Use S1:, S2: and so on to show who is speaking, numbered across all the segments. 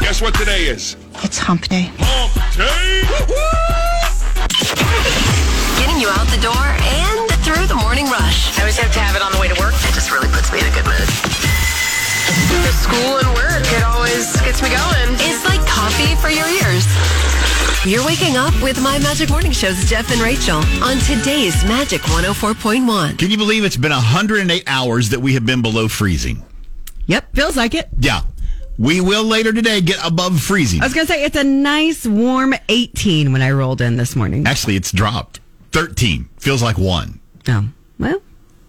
S1: guess what today is?
S2: It's hump day.
S1: Hump day!
S3: Getting you out the door and through the morning rush.
S4: I always have to have it on the way to work. It just really puts me in a good mood. The school and work, it always gets me going.
S3: It's like coffee for your ears. You're waking up with My Magic Morning Show's Jeff and Rachel on today's Magic 104.1.
S5: Can you believe it's been 108 hours that we have been below freezing?
S6: Yep, feels like it.
S5: Yeah. We will later today get above freezing.
S6: I was gonna say it's a nice warm 18 when I rolled in this morning.
S5: Actually, it's dropped. 13. Feels like one.
S6: Oh, well,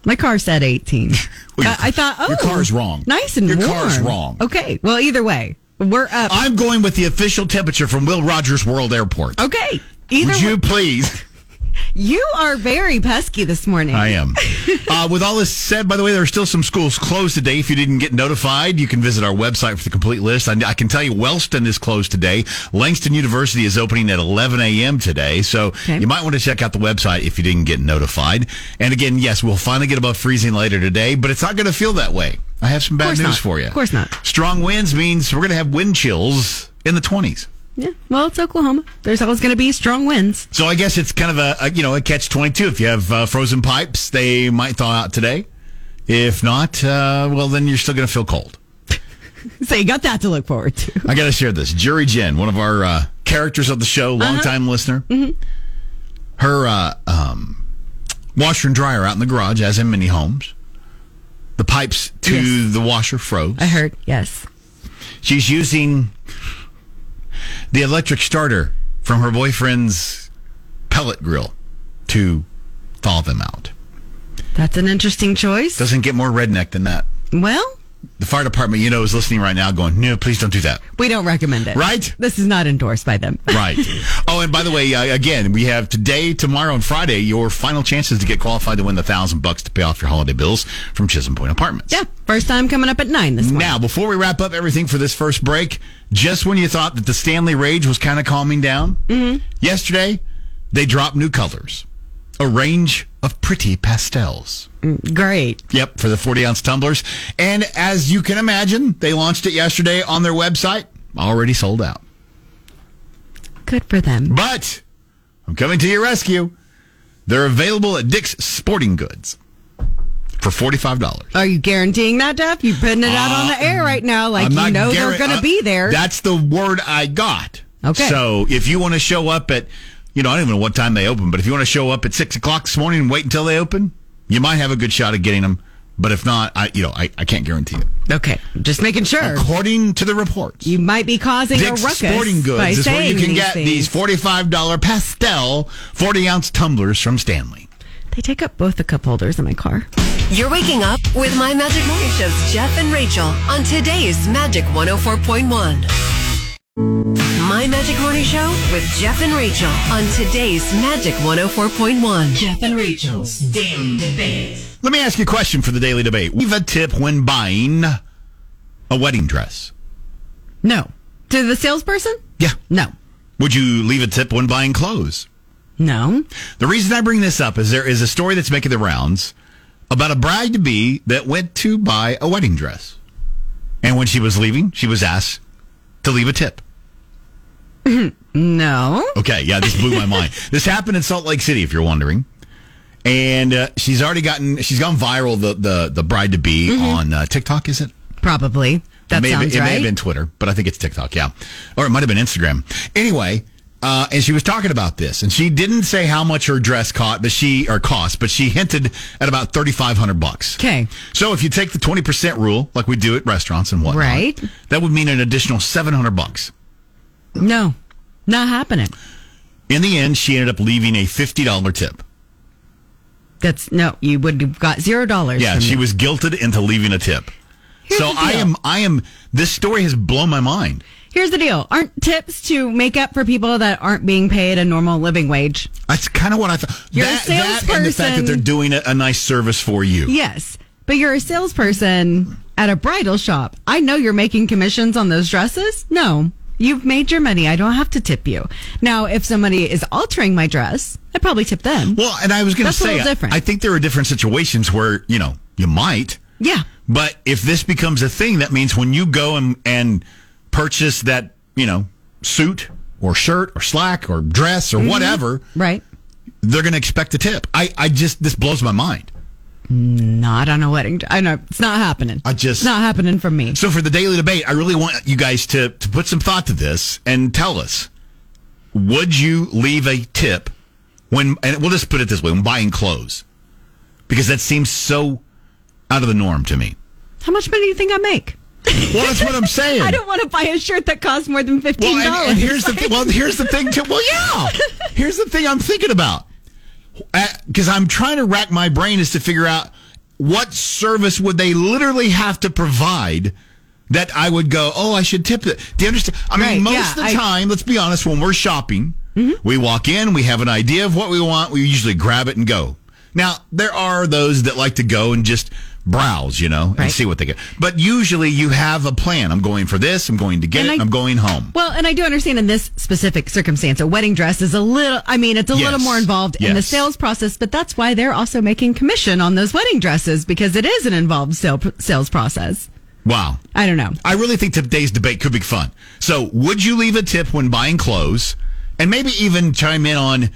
S6: my car said 18.
S5: Well, your-
S6: I, I thought, oh,
S5: your car's wrong.
S6: Nice and
S5: Your
S6: warm.
S5: car's wrong.
S6: Okay, well, either way, we're up.
S5: I'm going with the official temperature from Will Rogers World Airport.
S6: okay, either
S5: Would
S6: way-
S5: you please?
S6: you are very pesky this morning.
S5: I am. Uh, with all this said, by the way, there are still some schools closed today. If you didn't get notified, you can visit our website for the complete list. I, I can tell you Wellston is closed today. Langston University is opening at 11 a.m. today. So
S6: Okay.
S5: you might want to check out the website if you didn't get notified. And again, yes, we'll finally get above freezing later today, but it's not going to feel that way. I have some bad
S6: course
S5: news
S6: not.
S5: for you.
S6: Of course not.
S5: Strong winds means we're going to have wind chills in the 20s.
S6: Yeah. Well, it's Oklahoma. There's always going to be strong winds.
S5: So I guess it's kind of a, a you know a catch twenty two. If you have uh, frozen pipes, they might thaw out today. If not, uh, well then you're still going to feel cold.
S6: So you got that to look forward to.
S5: I got to share this. Jerry Jen, one of our uh, characters of the show,
S6: Uh-huh.
S5: longtime listener.
S6: Mm-hmm.
S5: Her uh, um, washer and dryer out in the garage, as in many homes. The pipes to
S6: Yes.
S5: the washer froze.
S6: I heard. Yes.
S5: She's using the electric starter from her boyfriend's pellet grill to thaw them out.
S6: That's an interesting choice.
S5: Doesn't get more redneck than that.
S6: well,
S5: The fire department, you know, is listening right now going, no, please don't do that.
S6: we don't recommend it.
S5: Right?
S6: This is not endorsed by them.
S5: Right. oh, and by the way, uh, again, we have today, tomorrow, and Friday your final chances to get qualified to win the thousand bucks to pay off your holiday bills from Chisholm Point Apartments.
S6: Yeah. First time coming up at nine this morning.
S5: Now, before we wrap up everything for this first break, just when you thought that the Stanley Rage was kind of calming down, yesterday they dropped new colors, a range of pretty pastels.
S6: Great.
S5: Yep, for the 40 ounce tumblers. And as you can imagine, they launched it yesterday on their website, already sold out.
S6: Good for them.
S5: But I'm coming to your rescue. They're available at Dick's Sporting Goods for $45.
S6: Are you guaranteeing that, Jeff? You putting it out on the air right now, like
S5: Uh, I'm
S6: you
S5: not
S6: know they're
S5: guaran-
S6: going to
S5: uh,
S6: be there.
S5: That's the word I got.
S6: Okay.
S5: So if you want to show up at, you know, I don't even know what time they open, but if you want to show up at six o'clock this morning and wait until they open, you might have a good shot at getting them. But if not, I, you know, I, I can't guarantee it.
S6: okay, just making sure.
S5: According to the reports,
S6: You might be causing
S5: Dick's
S6: a ruckus
S5: Sporting
S6: by
S5: Goods is where you
S6: saying
S5: can
S6: these
S5: get
S6: things.
S5: these forty-five dollar pastel forty ounce tumblers from Stanley.
S6: They take up both the cup holders in my car.
S3: You're waking up with My Magic Morning Show's Jeff and Rachel on today's Magic 104.1. My Magic Morning Show with Jeff and Rachel on today's Magic 104.1. Jeff and Rachel's Daily Debate.
S5: Let me ask you a question for the daily debate. Leave a tip when buying a wedding dress.
S6: No, to the salesperson.
S5: Yeah.
S6: No,
S5: Would you leave a tip when buying clothes?
S6: no.
S5: The reason I bring this up is there is a story that's making the rounds about a bride to be that went to buy a wedding dress. And when she was leaving, she was asked to leave a tip.
S6: No.
S5: Okay, yeah, this blew my mind. This happened in Salt Lake City, if you're wondering. And uh, she's already gotten, she's gone viral, the, the, the bride to be on uh, TikTok, is it?
S6: Probably. Mm-hmm. That
S5: it may, have
S6: sounds
S5: been- it
S6: right.
S5: may have been Twitter, but I think it's TikTok, yeah. Or it might have been Instagram. Anyway, uh, and she was talking about this, and she didn't say how much her dress caught, but she or cost, but she hinted at about thirty five hundred bucks.
S6: 'Kay.
S5: So if you take the twenty percent rule, like we do at restaurants and whatnot,
S6: Right.
S5: that would mean an additional seven hundred bucks.
S6: No, not happening.
S5: In the end, she ended up leaving a fifty dollar tip.
S6: That's no. You would have got zero dollars.
S5: Yeah,
S6: from
S5: she
S6: me.
S5: was guilted into leaving a tip.
S6: Here's
S5: so
S6: the
S5: I
S6: deal.
S5: am, I am. This story has blown my mind.
S6: Here's the deal: aren't tips to make up for people that aren't being paid a normal living wage?
S5: That's kind of what I thought.
S6: You're a
S5: that, that and the fact that
S6: salesperson.
S5: they're doing a, a nice service for you.
S6: Yes, but you're a salesperson at a bridal shop. I know you're making commissions on those dresses. No, you've made your money. I don't have to tip you. Now, if somebody is altering my dress, I probably tip them.
S5: Well, and I was going to
S6: That's a
S5: say,
S6: little different.
S5: I think there are different situations where you know you might,
S6: yeah.
S5: but if this becomes a thing, that means when you go and and purchase that, you know, suit or shirt or slack or dress or
S6: Mm-hmm.
S5: whatever,
S6: Right.
S5: they're going to expect a tip. I, I just, this blows my mind.
S6: Not on a wedding. I know it's not happening.
S5: I just-
S6: it's not happening for me.
S5: So for the daily debate, I really want you guys to, to put some thought to this and tell us, would you leave a tip when, and we'll just put it this way, when buying clothes? Because that seems so out of the norm to me.
S6: How much money do you think I make?
S5: Well, that's what I'm saying.
S6: I don't want to buy a shirt that costs more than fifteen
S5: Well,
S6: dollars.
S5: and, and here's the thing. Well, here's the thing too. Well, yeah. Here's the thing I'm thinking about because I'm trying to rack my brain is to figure out what service would they literally have to provide that I would go. Oh, I should tip it. Do you understand? I mean,
S6: Right,
S5: most
S6: yeah,
S5: of the
S6: I- Mm-hmm.
S5: time, let's be honest, when we're shopping, we walk in, we have an idea of what we want, we usually grab it and go. Now, there are those that like to go and just browse, you know, and
S6: Right.
S5: see what they get. But usually you have a plan. I'm going for this, I'm going to get
S6: And
S5: it,
S6: I-
S5: I'm going home.
S6: Well, and I do understand in this specific circumstance, a wedding dress is a little, I mean, it's a
S5: Yes.
S6: little more involved in the
S5: Yes.
S6: sales process, but that's why they're also making commission on those wedding dresses because it is an involved sale, sales process.
S5: Wow.
S6: I don't know.
S5: I really think today's debate could be fun. So, would you leave a tip when buying clothes? And maybe even chime in on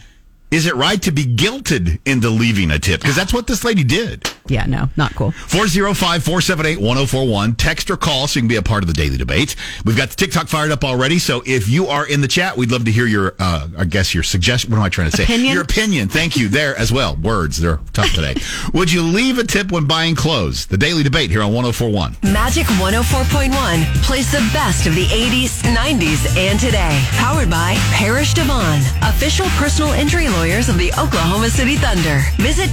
S5: is it right to be guilted into leaving a tip? Because that's what this lady did.
S6: Yeah, no, not cool.
S5: 405 478 1041. Text or call so you can be a part of the daily debate. We've got the TikTok fired up already. So, if you are in the chat, we'd love to hear your, uh, I guess, your suggestion. What am I trying to say?
S6: Opinion?
S5: Your opinion. Thank you. There as well. Words, they're tough today. would you leave a tip when buying clothes? The daily debate here on 1041.
S3: Magic 104.1 plays the best of the 80s, 90s, and today. Powered by Parrish Devon, official personal injury lawyers of the Oklahoma City Thunder. Visit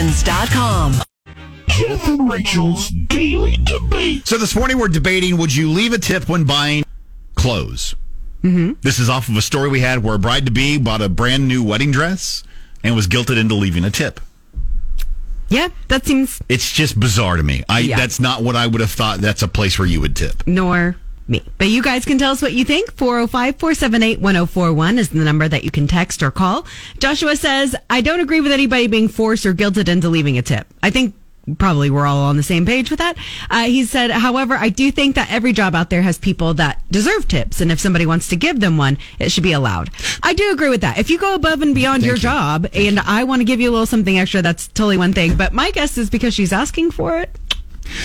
S3: pepperwinds.com.
S2: Jeff and Rachel's Daily Debate.
S5: So this morning we're debating: Would you leave a tip when buying clothes? Mm-hmm. This is off of a story we had where a bride to be bought a brand new wedding dress and was guilted into leaving a tip.
S6: Yeah, that seems
S5: It's just bizarre to me. I
S6: Yeah.
S5: that's not what I would have thought. That's a place where you would tip.
S6: nor me. But you guys can tell us what you think. 405 478 1041 is the number that you can text or call. Joshua says, I don't agree with anybody being forced or guilted into leaving a tip. I think probably we're all on the same page with that. Uh, he said, however, I do think that every job out there has people that deserve tips. And if somebody wants to give them one, it should be allowed. I do agree with that. If you go above and beyond your job and I want to give you a little something extra, that's totally one thing. But my guess is because she's asking for it.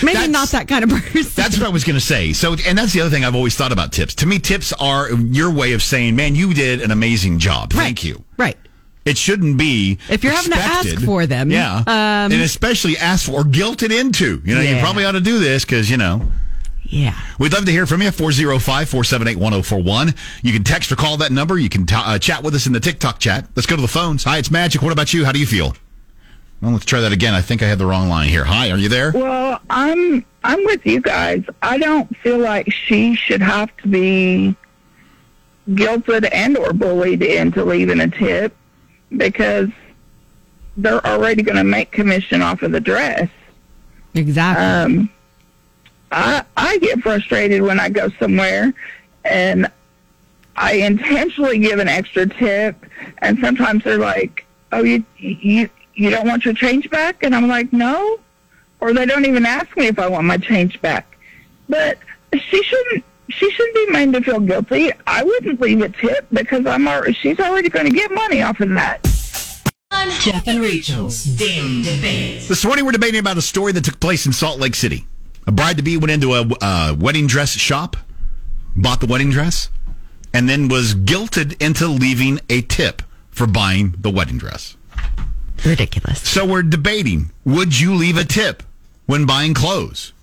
S6: Maybe
S5: That's-
S6: not that kind of person.
S5: That's what I was going to say. So, and that's the other thing I've always thought about tips. To me, tips are your way of saying, "Man, you did an amazing job. Thank you."
S6: Right.
S5: It shouldn't be
S6: If you're having to ask
S5: expected.
S6: for them,
S5: yeah,
S6: um,
S5: and especially asked for or guilted into. You know, you
S6: Yeah.
S5: probably ought to do this because you know
S6: Yeah.
S5: We'd love to hear from you. 405 478 1041. You can text or call that number. You can t- uh, chat with us in the TikTok chat. Let's go to the phones. Hi, it's Magic. What about you? How do you feel? Well, let's try that again. I think I had the wrong line here. Hi, are you there?
S7: Well, I'm I'm with you guys. I don't feel like she should have to be guilted and or bullied into leaving a tip because they're already going to make commission off of the dress.
S6: Exactly.
S7: Um, I I get frustrated when I go somewhere and I intentionally give an extra tip, and sometimes they're like, "Oh, you you you don't want your change back?" And I'm like, "No," or they don't even ask me if I want my change back. But she shouldn't. She shouldn't be made to feel guilty. I wouldn't leave a tip because I'm already, she's already going to get money off of that.
S3: Jeff and Rachel's Daily Debate.
S5: This morning, we're debating about a story that took place in Salt Lake City. A bride to be went into a uh, wedding dress shop, bought the wedding dress, and then was guilted into leaving a tip for buying the wedding dress.
S6: Ridiculous.
S5: So we're debating would you leave a tip when buying clothes?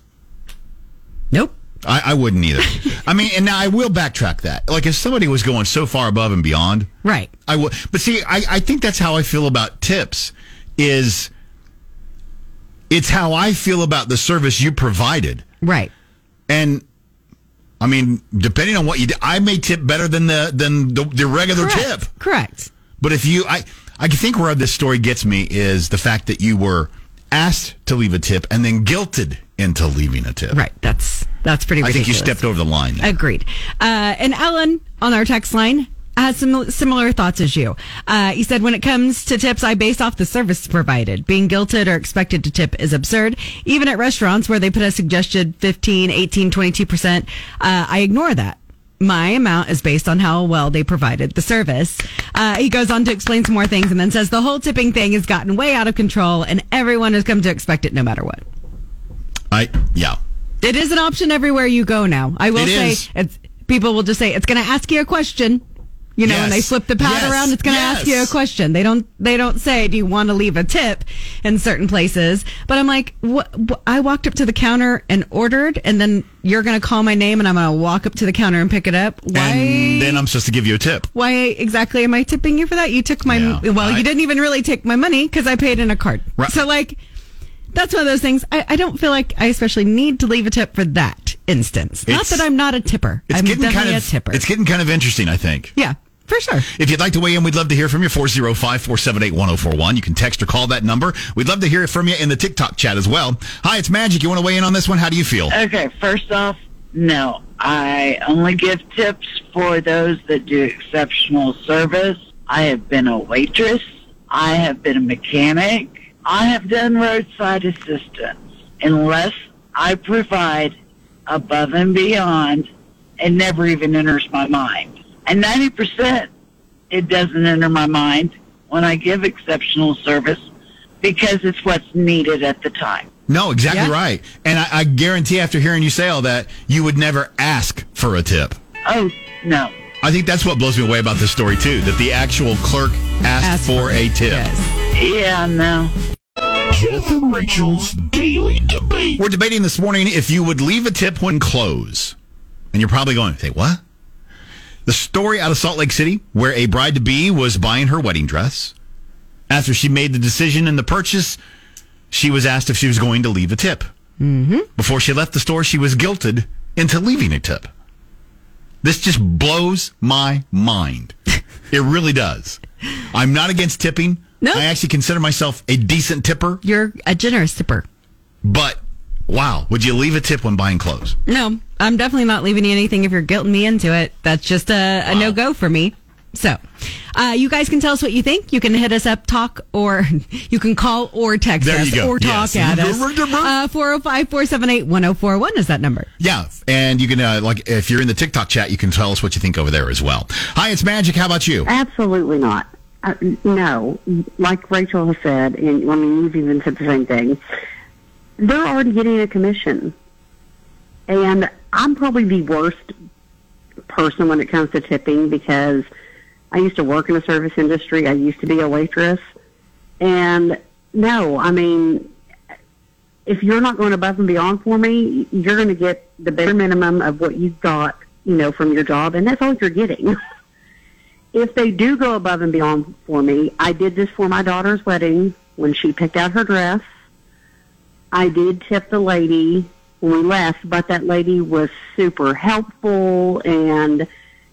S6: Nope.
S5: I, I wouldn't either. I mean, and now I will backtrack that. Like if somebody was going so far above and beyond,
S6: Right.
S5: I would. But see, I, I think that's how I feel about tips. Is it's how I feel about the service you provided,
S6: Right.
S5: and I mean, depending on what you do, I may tip better than the than the, the regular
S6: Correct.
S5: tip.
S6: Correct.
S5: But if you, I, I think where this story gets me is the fact that you were asked to leave a tip and then guilted into leaving a tip.
S6: Right. That's that's pretty
S5: I
S6: ridiculous.
S5: think you stepped over the line. there.
S6: Agreed. Uh, and Ellen on our text line has some similar thoughts as you. Uh, he said, when it comes to tips, I base off the service provided. Being guilted or expected to tip is absurd. Even at restaurants where they put a suggested 15, 18, 22%, uh, I ignore that. My amount is based on how well they provided the service. Uh, he goes on to explain some more things and then says the whole tipping thing has gotten way out of control and everyone has come to expect it no matter what.
S5: I yeah.
S6: It is an option everywhere you go now. I will
S5: It
S6: say,
S5: is.
S6: It's, people will just say it's going to ask you a question. You know, when they
S5: Yes.
S6: flip the pad
S5: Yes.
S6: around, it's going to ask you a
S5: Yes.
S6: question. They don't. They don't say, "Do you want to leave a tip?" In certain places, but I'm like, what, wh- I walked up to the counter and ordered, and then you're going to call my name, and I'm going to walk up to the counter and pick it up. Why?
S5: And then I'm supposed to give you a tip.
S6: why exactly am I tipping you for that? You took my
S5: Yeah,
S6: well,
S5: I-
S6: you didn't even really take my money because I paid in a card.
S5: Right.
S6: So like, that's one of those things. I, I don't feel like I especially need to leave a tip for that instance.
S5: It's-
S6: not that I'm not a tipper.
S5: It's
S6: I'm
S5: getting
S6: definitely
S5: kind of
S6: a tipper.
S5: it's getting kind of interesting, I think.
S6: yeah, for sure.
S5: If you'd like to weigh in, we'd love to hear from you. 405 478 1041. You can text or call that number. We'd love to hear it from you in the TikTok chat as well. Hi, it's Magic. You want to weigh in on this one? How do you feel?
S6: Uh,
S8: Okay, first off, no. I only give tips for those that do exceptional service. I have been a waitress. I have been a mechanic. I have done roadside assistance. Unless I provide above and beyond, it never even enters my mind. And 90%, it doesn't enter my mind when I give exceptional service because it's what's needed at the time.
S5: No, exactly
S6: Yeah.
S5: right. And I, I guarantee after hearing you say all that, you would never ask for a tip.
S8: Oh, no.
S5: I think that's what blows me away about this story, too, that the actual clerk asked
S6: Ask
S5: for,
S6: for
S5: a tip.
S8: Yeah, no.
S2: Jeff and Rachel's Daily Debate.
S5: We're debating this morning if you would leave a tip when close. And you're probably going, say, what? The story out of Salt Lake City where a bride to be was buying her wedding dress. After she made the decision and the purchase, she was asked if she was going to leave a tip. Mm-hmm. Before she left the store, she was guilted into leaving a tip. This just blows my mind. it really does. I'm not against tipping.
S6: No.
S5: I actually consider myself a decent tipper,
S6: You're a generous tipper.
S5: but wow, would you leave a tip when buying clothes?
S6: No, I'm definitely not leaving you anything if you're guilting me into it. That's just a, a no go for me. So, uh, you guys can tell us what you think. You can hit us up, talk, or you can call or text
S5: There
S6: us
S5: you go.
S6: or talk
S5: Yes.
S6: at us. Uh, 405 478 1041 is that number.
S5: Yeah, and you can uh, like if you're in the TikTok chat, you can tell us what you think over there as well. Hi, it's Magic. How about you?
S9: Absolutely not. Uh, n- no, like Rachel has said, and I mean you've even said the same thing. They're already getting a commission, and I'm probably the worst person when it comes to tipping because I used to work in the service industry. I used to be a waitress, and no, I mean if you're not going above and beyond for me, you're going to get the bare minimum of what you got, you know, from your job, and that's all you're getting. if they do go above and beyond for me, I did this for my daughter's wedding when she picked out her dress. I did tip the lady when we left, but that lady was super helpful and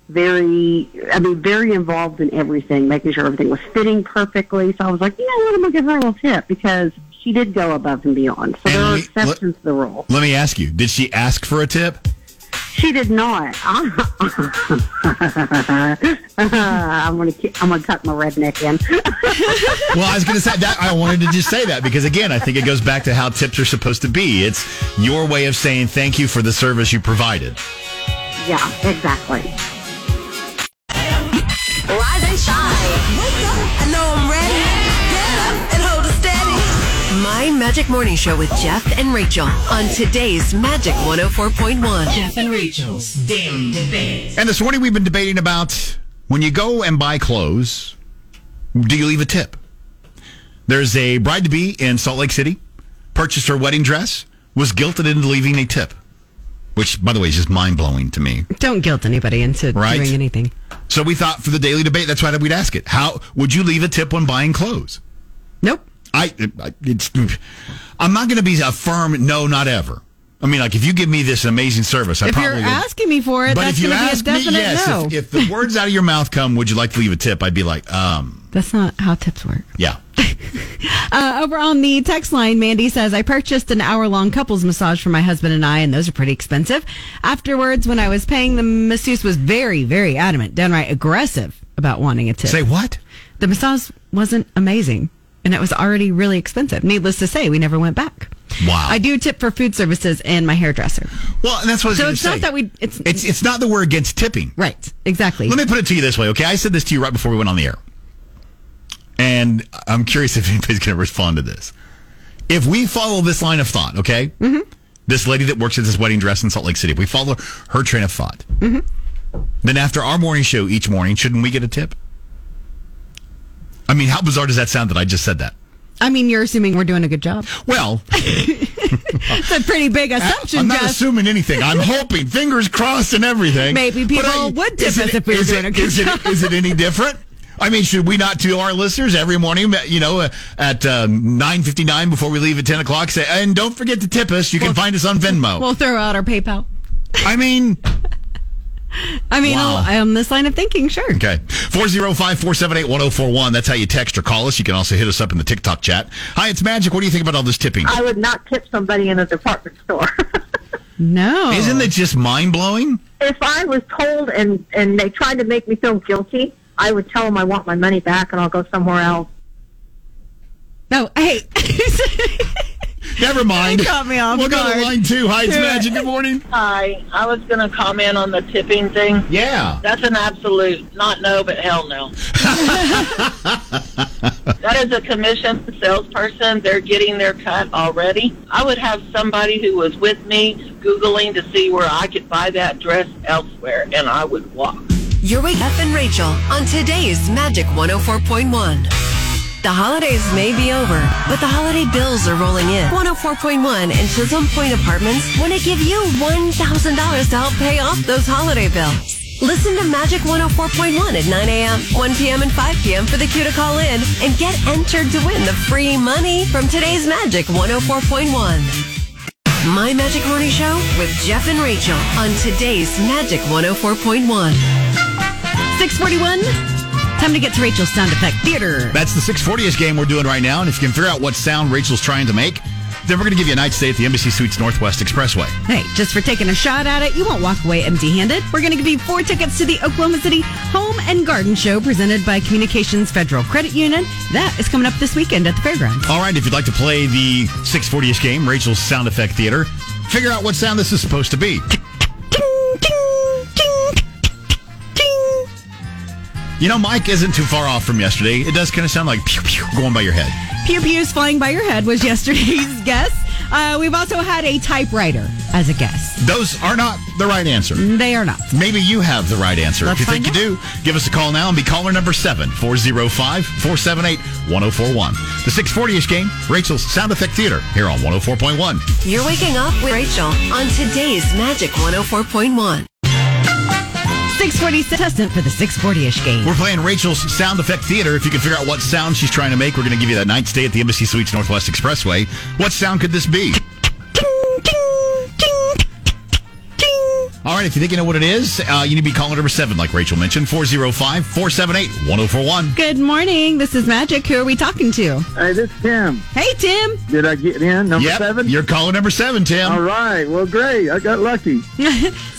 S9: very, I mean, very involved in everything, making sure everything was fitting perfectly. So I was like, you know what, I'm going to give her a little tip because she did go above and beyond. So there
S5: And
S9: are
S5: let- let-
S9: exceptions to the rule.
S5: Let me ask you: Did she ask for a tip?
S9: She did not. I'm gonna ki- I'm gonna cut my redneck in.
S5: Well, I was going to say that. I wanted to just say that because again, I think it goes back to how tips are supposed to be. It's your way of saying thank you for the service you provided.
S9: yeah, exactly.
S4: Rise and shine.
S3: Wake up. I know I'm ready. Get up and hold it steady. My Magic Morning Show with Jeff and Rachel on today's Magic 104.1. Jeff and Rachel's Daily Debate.
S5: And this morning, we've been debating about when you go and buy clothes, do you leave a tip? There's a bride to be in Salt Lake City, purchased her wedding dress, was guilted into leaving a tip, which, by the way, is just mind blowing to me.
S6: Don't guilt anybody into
S5: Right.
S6: doing anything.
S5: So we thought for the daily debate, that's why we'd ask it. How would you leave a tip when buying clothes?
S6: Nope.
S5: I, I it's, I'm not going to be a firm no, not ever. I mean, like if you give me this amazing service, I
S6: If
S5: probably
S6: you're
S5: would-
S6: asking me for it,
S5: But
S6: that's
S5: if you
S6: going to be a
S5: ask me,
S6: definite
S5: yes,
S6: no.
S5: if, if the words out of your mouth come, would you like to leave a tip? I'd be like, um,
S6: that's not how tips work.
S5: yeah.
S6: Uh, over on the text line, Mandy says, I purchased an hour long couples massage for my husband and I, and those are pretty expensive. Afterwards, when I was paying, the masseuse was very, very adamant, downright aggressive about wanting a tip.
S5: Say what?
S6: the massage wasn't amazing, and it was already really expensive. Needless to say, we never went back.
S5: Wow.
S6: I do tip for food services and my hairdresser.
S5: Well, and that's what I was
S6: So
S5: gonna
S6: it's not
S5: say.
S6: that we- it's-
S5: it's it's not that we're against tipping.
S6: Right. Exactly.
S5: Let me put it to you this way, okay? I said this to you right before we went on the air. And I'm curious if anybody's going to respond to this. If we follow this line of thought, okay? Mm-hmm. This lady that works at this wedding dress in Salt Lake City, if we follow her train of thought, then after our morning show each morning, shouldn't we get a tip? I mean, how bizarre does that sound that I just said that?
S6: I mean, you're assuming we're doing a good job.
S5: Well,
S6: It's a pretty big assumption,
S5: Uh, I'm not
S6: Jeff.
S5: assuming anything. I'm hoping, fingers crossed, and everything.
S6: Maybe
S5: But
S6: people would tip
S5: is
S6: us if we were
S5: is
S6: doing
S5: it-
S6: a good
S5: is it-
S6: job.
S5: is it any different? I mean, should we not to our listeners every morning, you know, uh, at um, nine fifty nine before we leave at ten o'clock, say, and don't forget to tip us. You can find us on Venmo.
S6: we'll throw out our PayPal.
S5: I mean,
S6: I mean,
S5: Wow.
S6: I'll- on this line of thinking, sure.
S5: okay, four zero five four seven eight one zero four one. That's how you text or call us. You can also hit us up in the TikTok chat. Hi, it's Magic. What do you think about all this tipping?
S9: I would not tip somebody in a department store.
S6: No.
S5: Isn't it just mind blowing?
S9: if I was told and and they tried to make me feel guilty, I would tell them I want my money back and I'll go somewhere else.
S6: No, hey.
S5: Never mind.
S6: You caught me off
S5: We'll go
S6: guard.
S5: to line two. Hi, it's
S6: Yeah.
S5: Magic. Good morning.
S8: Hi, I was going to comment on the tipping thing.
S5: Yeah.
S8: That's an absolute not no, but hell no. that is a commission salesperson. They're getting their cut already. I would have somebody who was with me Googling to see where I could buy that dress elsewhere, and I would walk.
S3: You're with Jeff and Rachel on today's Magic 104.1. The holidays may be over, but the holiday bills are rolling in. 104.1 and Chisholm Point Apartments want to give you $1,000 to help pay off those holiday bills. Listen to Magic 104.1 at 9 a.m., 1 p.m., and 5 p.m. for the cue to call in and get entered to win the free money from today's Magic 104.1. My Magic Morning Show with Jeff and Rachel on today's Magic 104.1.
S6: 641. Time to get to Rachel's sound effect theater.
S5: That's the 640ish game we're doing right now. And if you can figure out what sound Rachel's trying to make, then we're going to give you a night stay at the Embassy Suites Northwest Expressway.
S6: Hey, just for taking a shot at it, you won't walk away empty handed. We're going to give you four tickets to the Oklahoma City Home and Garden Show presented by Communications Federal Credit Union. That is coming up this weekend at the fairgrounds.
S5: All right, if you'd like to play the 640ish game, Rachel's Sound Effect Theater, figure out what sound this is supposed to be.
S6: Ting, ting, ting, ting.
S5: You know, Mike isn't too far off from yesterday. It does kind of sound like pew pew going by your head.
S6: Pew Pews flying by your head was yesterday's guess. Uh, we've also had a typewriter as a guess.
S5: Those are not the right answer.
S6: They are not.
S5: Maybe you have the right answer.
S6: Let's
S5: if you think
S6: find
S5: you do, give us a call now and be caller number 7 405 478 1041. The 640 ish game, Rachel's Sound Effect Theater, here on 104.1.
S3: You're waking up with Rachel on today's Magic 104.1.
S6: 640 contestant for the 640 ish game.
S5: We're playing Rachel's Sound Effect Theater. If you can figure out what sound she's trying to make, we're going to give you that night stay at the Embassy Suites Northwest Expressway. What sound could this be? All right, if you think you know what it is, uh, you need to be calling number 7, like Rachel mentioned, 405 478 1041.
S6: Good morning. This is Magic. Who are we talking to?
S10: Hey, this is Tim.
S6: Hey, Tim.
S10: Did I get in? Number
S5: Yep,
S10: seven?
S5: you're caller number 7, Tim.
S10: All right. Well, great. I got lucky.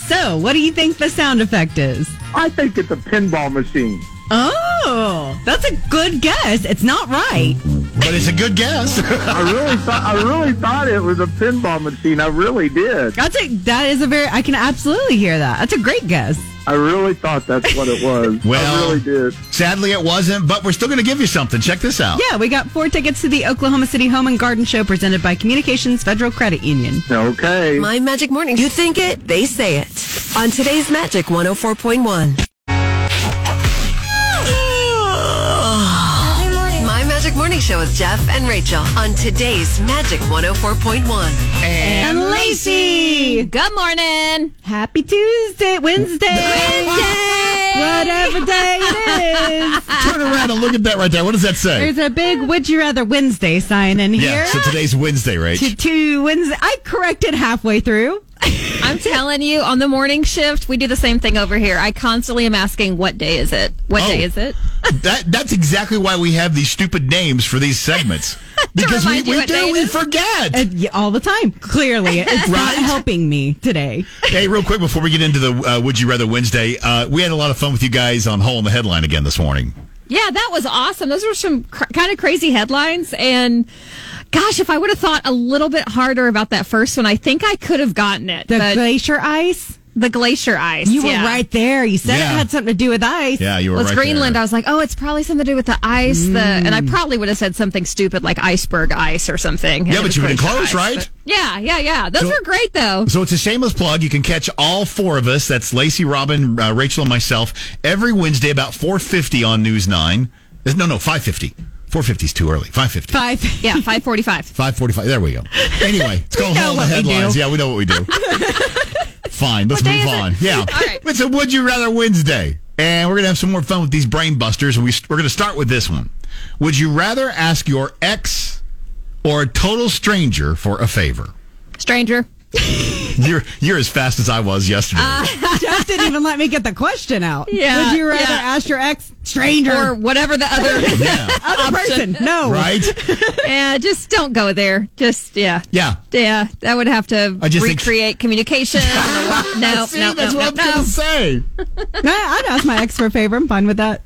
S6: So, what do you think the sound effect is?
S10: I think it's a pinball machine.
S6: Oh, that's a good guess. It's not right.
S5: But it's a good guess.
S10: I really thought I really thought it was a pinball machine. I really did.
S6: That's a that is a very I can absolutely hear that. That's a great guess.
S10: I really thought that's what it was. I
S5: Well-
S10: really did.
S5: Sadly, it wasn't, but we're still going to give you something. Check this out.
S6: Yeah, we got four tickets to the Oklahoma City Home and Garden Show presented by Communications Federal Credit Union.
S10: Okay.
S3: My Magic Morning. You think it, they say it. On today's Magic 104.1. My Magic Morning Show with Jeff and Rachel on today's Magic 104.1.
S6: And Lacey.
S11: Good morning.
S6: Happy Tuesday, Wednesday. Wednesday. Whatever day it is.
S5: Turn around and look at that right there. What does that say?
S6: There's a big Would You Rather Wednesday sign in
S5: Yeah,
S6: here.
S5: so today's Wednesday, right?
S6: to, to Wednesday. I corrected halfway through.
S11: I'm telling you, on the morning shift, we do the same thing over here. I constantly am asking, what day is it? What
S5: Oh.
S11: day is it?
S5: that that's exactly why we have these stupid names for these segments. Because we,
S6: remind you
S5: we
S6: what day
S5: do,
S6: it
S5: we
S6: is.
S5: forget.
S6: Uh, yeah, all the time. Clearly, it's not helping me today.
S5: Hey, real quick before we get into the uh, Would You Rather Wednesday, uh, we had a lot of fun with you guys on Hole in the Headline again this morning.
S11: Yeah, that was awesome. Those were some cr- kind of crazy headlines. And gosh, if I would have thought a little bit harder about that first one, I think I could have gotten it.
S6: The
S11: but
S6: glacier ice.
S11: the glacier ice.
S6: You
S11: yeah.
S6: were right there. You said
S5: Yeah.
S6: it had something to do with ice.
S5: Yeah, you were
S11: Well, it's
S5: right
S11: Greenland.
S5: there. Mm.
S11: I was like, oh, it's probably something to do with the ice. The and I probably would have said something stupid like iceberg ice or something.
S5: Yeah,
S11: It
S5: but
S11: was
S5: you would've been
S11: glacier
S5: close, right?
S11: ice, but- Yeah, yeah, yeah. Those
S5: So-
S11: were great though.
S5: So it's a shameless plug. You can catch all four of us. That's Lacey, Robin, uh, Rachel, and myself every Wednesday about 4.50 on News 9. Uh, No, no, 5.50. 4.50 is too early. 5.50.
S6: Five.
S11: Yeah, five forty-five.
S5: 5.45. There we go. Anyway, it's called
S6: know
S5: Hole in the
S6: what we
S5: Headlines.
S6: do.
S5: Yeah, we know what we do. Fine, let's
S11: What day
S5: move
S11: is it?
S5: on. Yeah.
S11: right.
S5: It's a Would You Rather Wednesday. And we're going to have some more fun with these brain busters. And we, we're going to start with this one. Would you rather ask your ex or a total stranger for a favor?
S11: Stranger.
S5: You're, you're as fast as I was yesterday.
S11: Uh,
S6: Jeff didn't even let me get the question out.
S11: Yeah,
S6: Would you rather
S11: yeah.
S6: ask your ex, stranger,
S11: Or whatever the other.
S5: yeah.
S6: other person? No.
S5: Right?
S11: yeah, just don't go there. Just yeah.
S5: Yeah.
S11: Yeah, that would have to
S5: I just think-
S11: recreate communication. no,
S5: See,
S11: no,
S5: that's
S11: no,
S5: what
S11: no,
S5: I'm going
S11: no.
S5: to say.
S6: No, I'd ask my ex for a favor. I'm fine with that.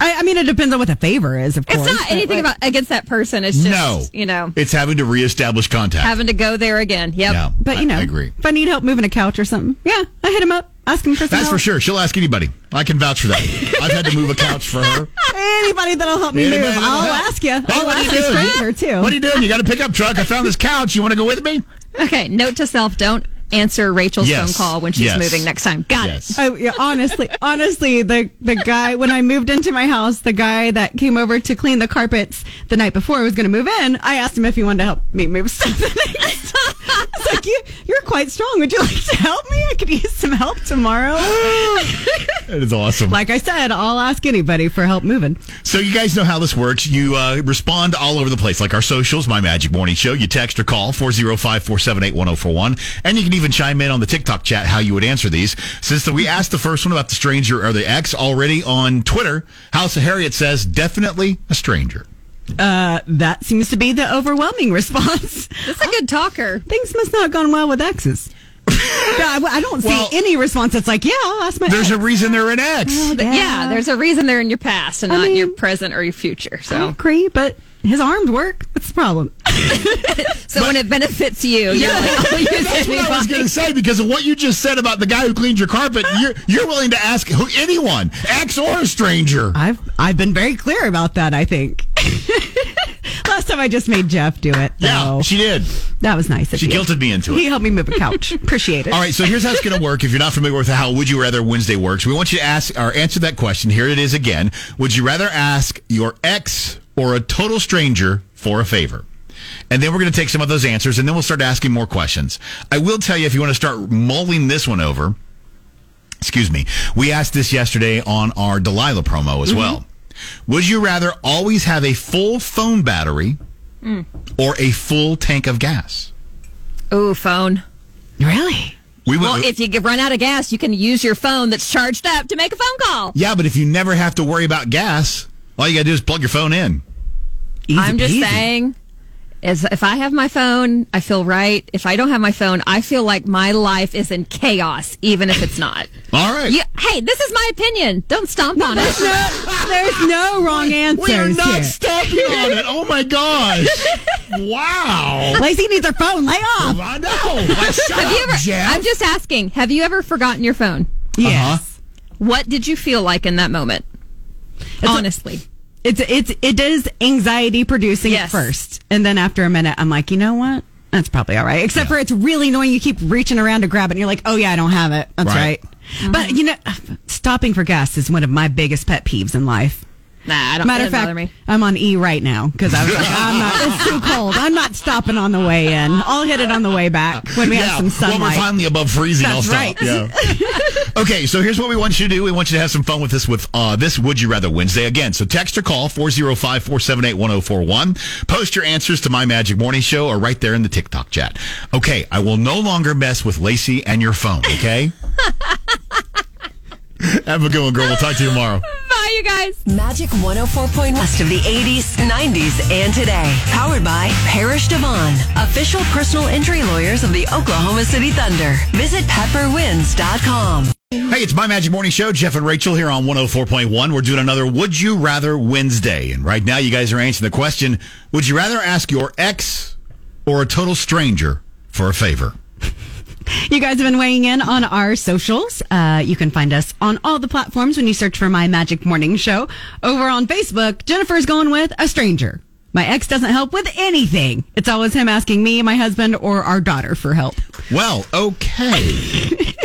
S6: I, I mean, it depends on what the favor is, of
S11: It's
S6: course.
S11: not
S6: but,
S11: anything
S6: like,
S11: about against that person. It's just
S5: no.
S11: you know
S5: It's having to reestablish contact.
S11: having to go there again. Yep.
S5: yeah.
S6: But
S5: I-
S6: you know,
S5: I agree.
S6: if I need help moving a couch or something, yeah, I hit him up, ask him for some
S5: That's for
S6: help.
S5: sure. She'll ask anybody. I can vouch for that. I've had to move a couch for her.
S6: Anybody that'll help me move,
S5: Anybody that'll
S6: I'll
S5: help.
S6: ask you.
S5: Hey,
S6: I'll
S5: what are
S6: ask
S5: you
S6: a
S5: doing?
S6: stranger too.
S5: What are you doing? You got a pickup truck. I found this couch. You want to go with me?
S11: Okay. Note to self: don't answer Rachel's
S5: Yes.
S11: phone call when she's
S5: Yes.
S11: moving next time. Got it.
S6: I, Oh, yeah, honestly, honestly, the the guy when I moved into my house, the guy that came over to clean the carpets the night before I was going to move in, I asked him if he wanted to help me move stuff. I was like, you, you're quite strong. Would you like to help me? I could use some help tomorrow.
S5: That is awesome.
S6: like I said, I'll ask anybody for help moving.
S5: So you guys know how this works. You uh, respond all over the place, like our socials, My Magic Morning Show. You text or call 405-478-1041. And you can even chime in on the TikTok chat how you would answer these. Since we asked the first one about the stranger or the ex already on Twitter, House of Harriet says, definitely a stranger.
S6: Uh, that seems to be the overwhelming response.
S11: That's a good talker.
S6: Things must not have gone well with exes. No, I, I don't see
S5: Well-
S6: any response that's like, yeah, I'll ask my
S5: There's a
S6: ex.
S5: reason they're an ex.
S11: But yeah, there's a reason they're in your past and
S6: I
S11: not
S6: mean-
S11: your present or your future.
S6: I
S11: So,
S6: agree, but his arms work. That's the problem.
S11: so when it benefits you, you're like, oh,
S5: That's what I was going
S11: you
S5: to say because of what you just said about the guy who cleaned your carpet. You're, you're willing to ask who, anyone, ex or a stranger.
S6: I've I've been very clear about that. I think. Last time I just made Jeff do it.
S5: Yeah,
S6: though.
S5: she did.
S6: that was nice. of
S5: She
S6: you.
S5: guilted me into it.
S6: He helped me move a couch. Appreciate it.
S5: All right, so here's how it's going to work. If you're not familiar with how Would You Rather Wednesday works, we want you to ask or answer that question. Here it is again. Would you rather ask your ex or a total stranger for a favor? And then we're going to take some of those answers and then we'll start asking more questions. I will tell you if you want to start mulling this one over, excuse me, we asked this yesterday on our Delilah promo as well. Would you rather always have a full phone battery or a full tank of gas?
S11: Ooh, phone.
S6: Really?
S5: We went
S11: Well,
S5: with-
S11: if you get- run out of gas, you can use your phone that's charged up to make a phone call.
S5: Yeah, but if you never have to worry about gas, all you got to do is plug your phone in.
S6: Easy
S11: I'm just
S6: peasy.
S11: saying, is if I have my phone, I feel right. If I don't have my phone, I feel like my life is in chaos, even if it's not.
S5: All right.
S11: You, hey, this is my opinion. Don't stomp on it.
S6: No, there's no wrong answers
S5: We are not
S6: here.
S5: stopping on it. Oh my gosh. Wow.
S6: Lacey needs her phone. Lay off.
S5: I know. Like, shut
S11: Have you
S5: up,
S11: ever,
S5: Jeff.
S11: I'm just asking. Have you ever forgotten your phone?
S6: Yes.
S11: What did you feel like in that moment? Honestly,
S6: It's it's it is anxiety producing
S11: Yes.
S6: at first, and then after a minute, I'm like, you know what? That's probably all right. Except for it's really annoying. You keep reaching around to grab it, and you're like, oh yeah, I don't have it. That's
S5: Right.
S6: right. But
S11: Mm-hmm.
S6: you know, stopping for gas is one of my biggest pet peeves in life.
S11: nah, I don't.
S6: Matter
S11: it
S6: of
S11: doesn't
S6: fact,
S11: bother me.
S6: I'm on E right now because I was like, I'm not. It's too cold. I'm not stopping on the way in. I'll hit it on the way back when we
S5: yeah,
S6: have some
S5: when we're
S6: sunlight.
S5: finally above freezing, I'll
S6: That's
S5: stop.
S6: right.
S5: Yeah. okay, so here's what we want you to do. We want you to have some fun with this with uh, this Would You Rather Wednesday again. So text or call 405-478-1041. Post your answers to My Magic Morning Show or right there in the TikTok chat. Okay, I will no longer mess with Lacey and your phone, okay? have a good one, girl. We'll talk to you tomorrow.
S11: Bye. you guys.
S3: Magic 104.1 West of the 80s, 90s, and today. Powered by Parish Devon, official personal injury lawyers of the Oklahoma City Thunder. Visit pepperwins.com.
S5: Hey, it's my Magic Morning Show. Jeff and Rachel here on 104.1. We're doing another Would You Rather Wednesday. And right now, you guys are answering the question Would you rather ask your ex or a total stranger for a favor?
S6: You guys have been weighing in on our socials. Uh, you can find us on all the platforms when you search for My Magic Morning Show. Over on Facebook, Jennifer's going with a stranger. My ex doesn't help with anything. It's always him asking me, my husband, or our daughter for help.
S5: Well, okay.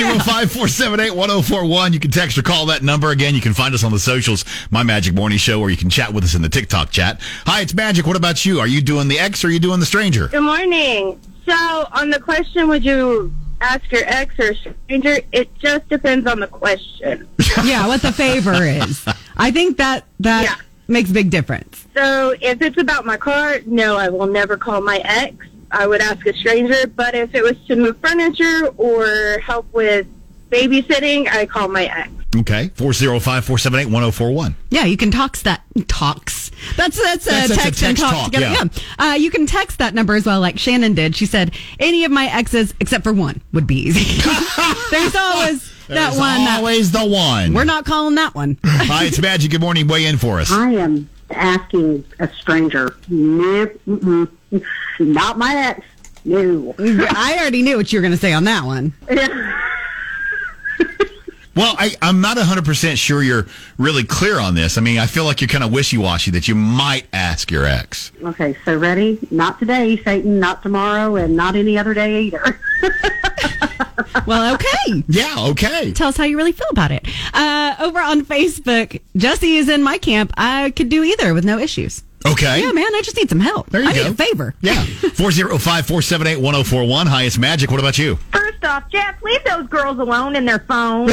S5: 405-478-1041. You can text or call that number. Again, you can find us on the socials, My Magic Morning Show, or you can chat with us in the TikTok chat. Hi, it's Magic. What about you? Are you doing the ex or are you doing the stranger?
S12: Good morning. So, on the question, would you ask your ex or stranger? It just depends on the question.
S6: yeah, what the favor is. I think that that makes a big difference.
S12: So, if it's about my car, no, I will never call my ex. I would ask a stranger. But if it was to move furniture or help with babysitting, I call my ex.
S5: Okay. 405-478-1041.
S6: Yeah, you can talks that talks. That's that's a
S5: That's- that's a
S6: text and
S5: text
S6: talk,
S5: talk,
S6: together.
S5: yeah.
S6: Yeah, Uh, you can text that number as well, like Shannon did. She said any of my exes except for one would be easy. There's always that
S5: There's
S6: one.
S5: always the one.
S6: We're not calling that one.
S5: Hi, it's Magic. Good morning. Weigh in for us.
S9: I am asking a stranger. Nope, mm-mm. not my ex. No.
S6: I already knew what you were going to say on that one.
S5: Well, I, I'm not 100% sure you're really clear on this. I mean, I feel like you're kind of wishy-washy that you might ask your ex.
S9: Okay, so ready? Not today, Satan. Not tomorrow, and not any other day either.
S6: Well, okay.
S5: Yeah, okay.
S6: Tell us how you really feel about it. Uh, over on Facebook, Jesse is in my camp. I could do either with no issues.
S5: Okay.
S6: Yeah, man, I just need some help.
S5: There you
S6: I
S5: go.
S6: need a favor.
S5: Yeah. 405-478-1041. Hi, it's Magic. What about you?
S12: First off, Jeff, leave those girls alone in their phones.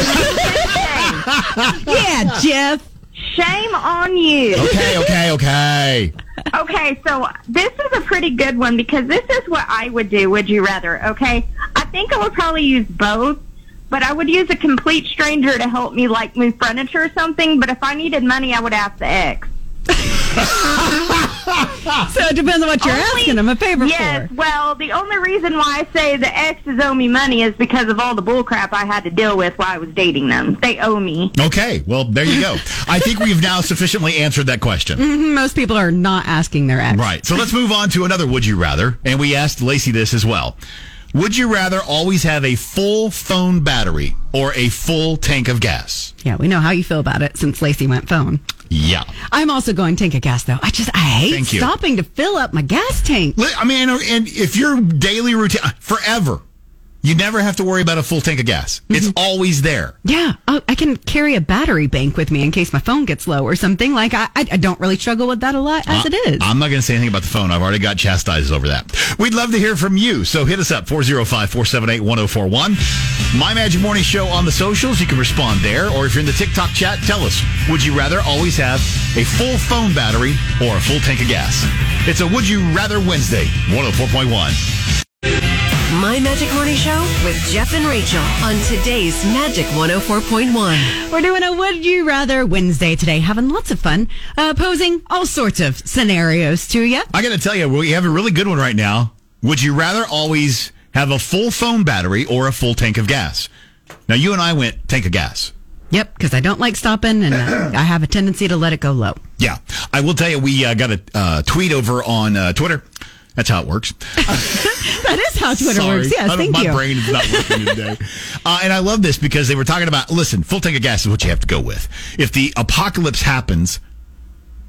S6: yeah, Jeff.
S12: Shame on you.
S5: Okay, okay, okay.
S12: Okay, so this is a pretty good one because this is what I would do. Would you rather? Okay, I think I would probably use both, but I would use a complete stranger to help me like move furniture or something. But if I needed money, I would ask the ex.
S6: So it depends on what you're
S12: Only-
S6: asking him a favor
S12: Yes.
S6: for.
S12: Well, the only reason why I say the exes owe me money is because of all the bullcrap I had to deal with while I was dating them. They owe me.
S5: Okay, well, there you go. I think we've now sufficiently answered that question.
S6: Mhm, Most people are not asking their ex.
S5: Right. So let's move on to another would you rather. And we asked Lacey this as well. Would you rather always have a full phone battery or a full tank of gas?
S6: Yeah, we know how you feel about it since Lacey went phone.
S5: Yeah.
S6: I'm also going tank of gas though. I just I hate
S5: Thank you.
S6: stopping to fill up my gas tank.
S5: Li- I mean, and if your daily routine, uh, forever, you never have to worry about a full tank of gas.
S6: Mm-hmm.
S5: It's always there.
S6: Yeah, oh, I can carry a battery bank with me in case my phone gets low or something. Like I, I, I don't really struggle with that a lot as
S5: Uh,
S6: it is.
S5: I'm not going to say anything about the phone. I've already got chastised over that. We'd love to hear from you. So hit us up 405-478-1041. My Magic Morning Show on the socials. You can respond there. Or if you're in the TikTok chat, tell us, would you rather always have a full phone battery or a full tank of gas? It's a Would You Rather Wednesday, 104.1.
S3: My Magic Morning Show with Jeff and Rachel on today's Magic 104.1.
S6: We're doing a Would You Rather Wednesday today, having lots of fun, uh, posing all sorts of scenarios to you.
S5: I got to tell you, we have a really good one right now. Would you rather always have a full phone battery or a full tank of gas? Now, you and I went tank of gas.
S6: Yep, because I don't like stopping and uh, I have a tendency to let it go low.
S5: Yeah, I will tell you, we uh, got a uh, tweet over on uh, Twitter. That's how it works.
S6: That is how Twitter
S5: Sorry.
S6: works.
S5: I
S6: Yes,
S5: don't-
S6: thank
S5: my
S6: you.
S5: brain is not working today. uh, and I love this because they were talking about listen, full tank of gas is what you have to go with. If the apocalypse happens,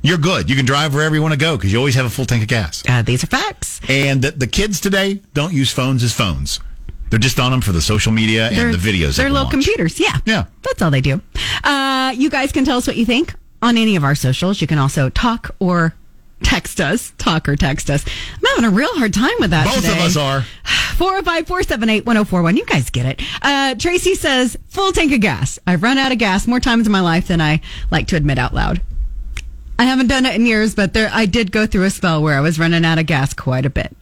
S5: you're good. You can drive wherever you want to go because you always have a full tank of gas.
S6: Uh, these are facts.
S5: And the, the kids today don't use phones as phones. They're just on them for the social media and
S6: They're-
S5: the videos. that
S6: They're
S5: we
S6: little
S5: launch.
S6: computers. Yeah.
S5: Yeah.
S6: That's all they do. Uh, you guys can tell us what you think on any of our socials. You can also talk or text us. Talk or text us. I'm having a real hard time with that.
S5: Both of
S6: today.
S5: us are.
S6: 405 478 1041. You guys get it. Uh, Tracy says, full tank of gas. I've run out of gas more times in my life than I like to admit out loud. I haven't done it in years, but there I did go through a spell where I was running out of gas quite a bit.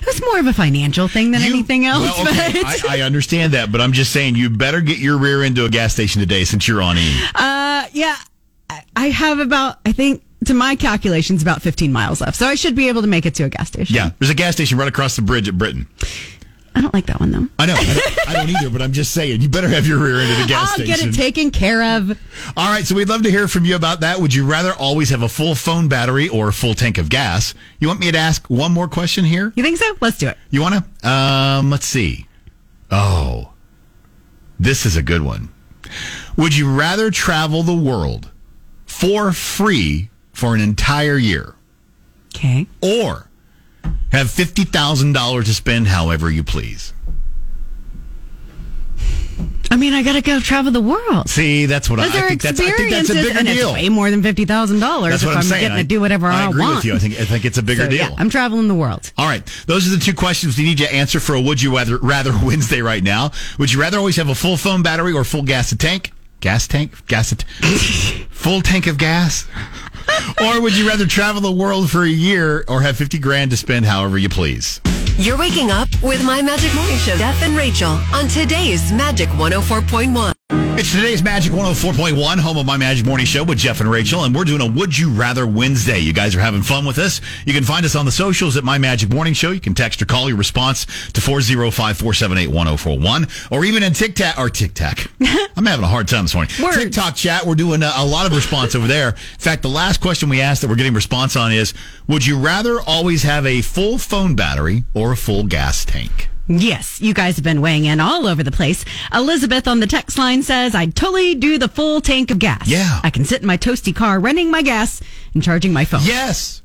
S6: It was more of a financial thing than
S5: You-
S6: anything else.
S5: Well, okay,
S6: but-
S5: I, I understand that, but I'm just saying you better get your rear into a gas station today since you're on E.
S6: Uh, yeah. I have about, I think, to my calculations, about 15 miles left. So I should be able to make it to a gas station.
S5: Yeah, there's a gas station right across the bridge at Britain.
S6: I don't like that one, though.
S5: I know. I don't, I don't either, but I'm just saying, you better have your rear end at a gas
S6: I'll
S5: station.
S6: get it taken care of.
S5: All right, so we'd love to hear from you about that. Would you rather always have a full phone battery or a full tank of gas? You want me to ask one more question here?
S6: You think so? Let's do it.
S5: You want to? Um, let's see. Oh, this is a good one. Would you rather travel the world for free for an entire year?
S6: Okay.
S5: Or have $50,000 to spend however you please?
S6: I mean, I got to go travel the world.
S5: See, that's what I, I
S6: Those are
S5: think. That's, I think that's
S6: experiences,
S5: a bigger
S6: and
S5: deal.
S6: it's way more than fifty thousand dollars
S5: That's
S6: if
S5: what
S6: I'm,
S5: I'm saying.
S6: getting
S5: I-
S6: to do whatever I,
S5: I agree
S6: want.
S5: with you. I think I think it's a bigger
S6: So,
S5: deal.
S6: yeah, I'm traveling the world.
S5: All right, those are the two questions we need you to answer for a Would You Rather, rather Wednesday right now. Would you rather always have a full phone battery or full gas tank? Gas tank? Gas t- Full tank of gas? or would you rather travel the world for a year or have 50 grand to spend however you please?
S3: You're waking up with My Magic Morning Show, Jeff and Rachel, on today's Magic 104.1.
S5: It's today's Magic 104.1, home of my Magic Morning Show with Jeff and Rachel, and we're doing a Would You Rather Wednesday. You guys are having fun with us. You can find us on the socials at My Magic Morning Show. You can text or call your response to 405-478-1041, or even in TikTok, or TikTok. I'm having a hard time this morning. TikTok chat, we're doing a, a lot of response over there. In fact, the last question we asked that we're getting response on is, would you rather always have a full phone battery or a full gas tank?
S6: Yes, you guys have been weighing in all over the place. Elizabeth on the text line says, I'd totally do the full tank of gas. Yeah. I can sit in my toasty car running my gas and charging my phone.
S5: Yes.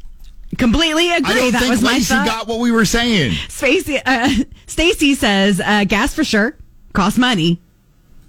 S6: Completely agree.
S5: I don't
S6: that
S5: think
S6: was my
S5: Lacey
S6: thought.
S5: got what we were saying.
S6: Spacey, uh, Stacy says, uh, gas for sure. Costs money.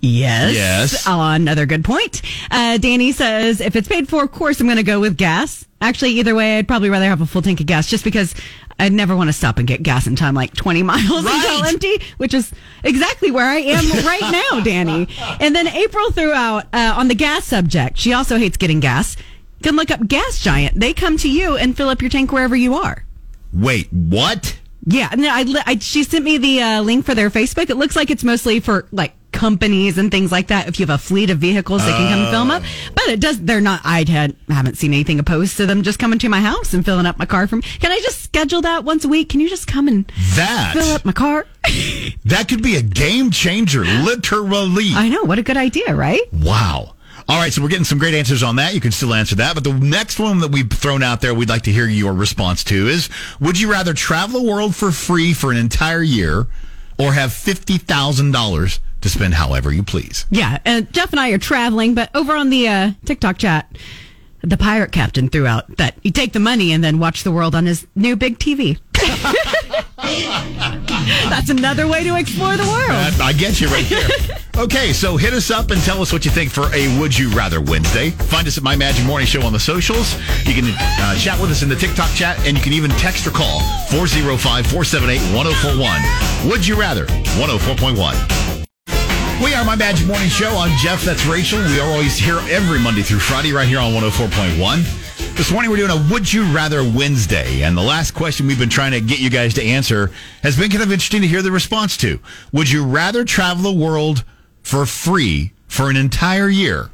S6: Yes.
S5: Yes.
S6: Uh, another good point. Uh, Danny says, if it's paid for, of course I'm going to go with gas. Actually, either way, I'd probably rather have a full tank of gas just because I'd never want to stop and get gas in time, like 20 miles until empty, which is exactly where I am right now, Danny. And then April threw out uh, on the gas subject. She also hates getting gas. You can look up Gas Giant. They come to you and fill up your tank wherever you are.
S5: Wait, what?
S6: Yeah, no, I, li- I she sent me the uh, link for their Facebook. It looks like it's mostly for like companies and things like that. If you have a fleet of vehicles, they can come and fill them up. But it does. They're not. I had haven't seen anything opposed to them just coming to my house and filling up my car. From can I just schedule that once a week? Can you just come and
S5: That
S6: fill up my car?
S5: That could be a game changer, literally.
S6: I know. What a good idea, right?
S5: Wow. All right, so we're getting some great answers on that. You can still answer that. But the next one that we've thrown out there, we'd like to hear your response to is Would you rather travel the world for free for an entire year or have $50,000 to spend however you please?
S6: Yeah, uh, Jeff and I are traveling, but over on the uh, TikTok chat, the pirate captain threw out that you take the money and then watch the world on his new big TV. That's another way to explore the world.
S5: I, I get you right there. okay, so hit us up and tell us what you think for a Would You Rather Wednesday. Find us at My Magic Morning Show on the socials. You can uh, chat with us in the TikTok chat, and you can even text or call 405 478 1041. Would You Rather 104.1. We are My Magic Morning Show. I'm Jeff. That's Rachel. We are always here every Monday through Friday right here on 104.1. This morning we're doing a Would You Rather Wednesday. And the last question we've been trying to get you guys to answer has been kind of interesting to hear the response to. Would you rather travel the world for free for an entire year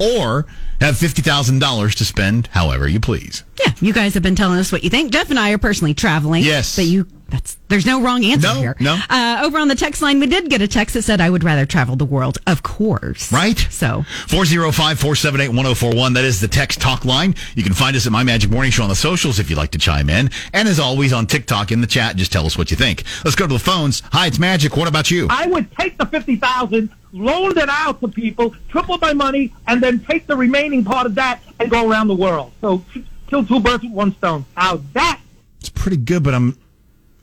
S5: or have $50,000 to spend however you please?
S6: Yeah, you guys have been telling us what you think. Jeff and I are personally traveling. Yes, but you that's there's no wrong answer
S5: No,
S6: here.
S5: no.
S6: Uh, over on the text line, we did get a text that said, "I would rather travel the world." Of course,
S5: Right?
S6: So
S5: 405 478 1041. That is the text talk line. You can find us at My Magic Morning Show on the socials if you'd like to chime in. And as always, on TikTok in the chat, just tell us what you think. Let's go to the phones. Hi, it's Magic. What about you?
S13: I would take the fifty thousand, loaned it out to people, triple my money, and then take the remaining part of that and go around the world. So k- kill two birds with one stone. How's that?
S5: It's pretty good, but I'm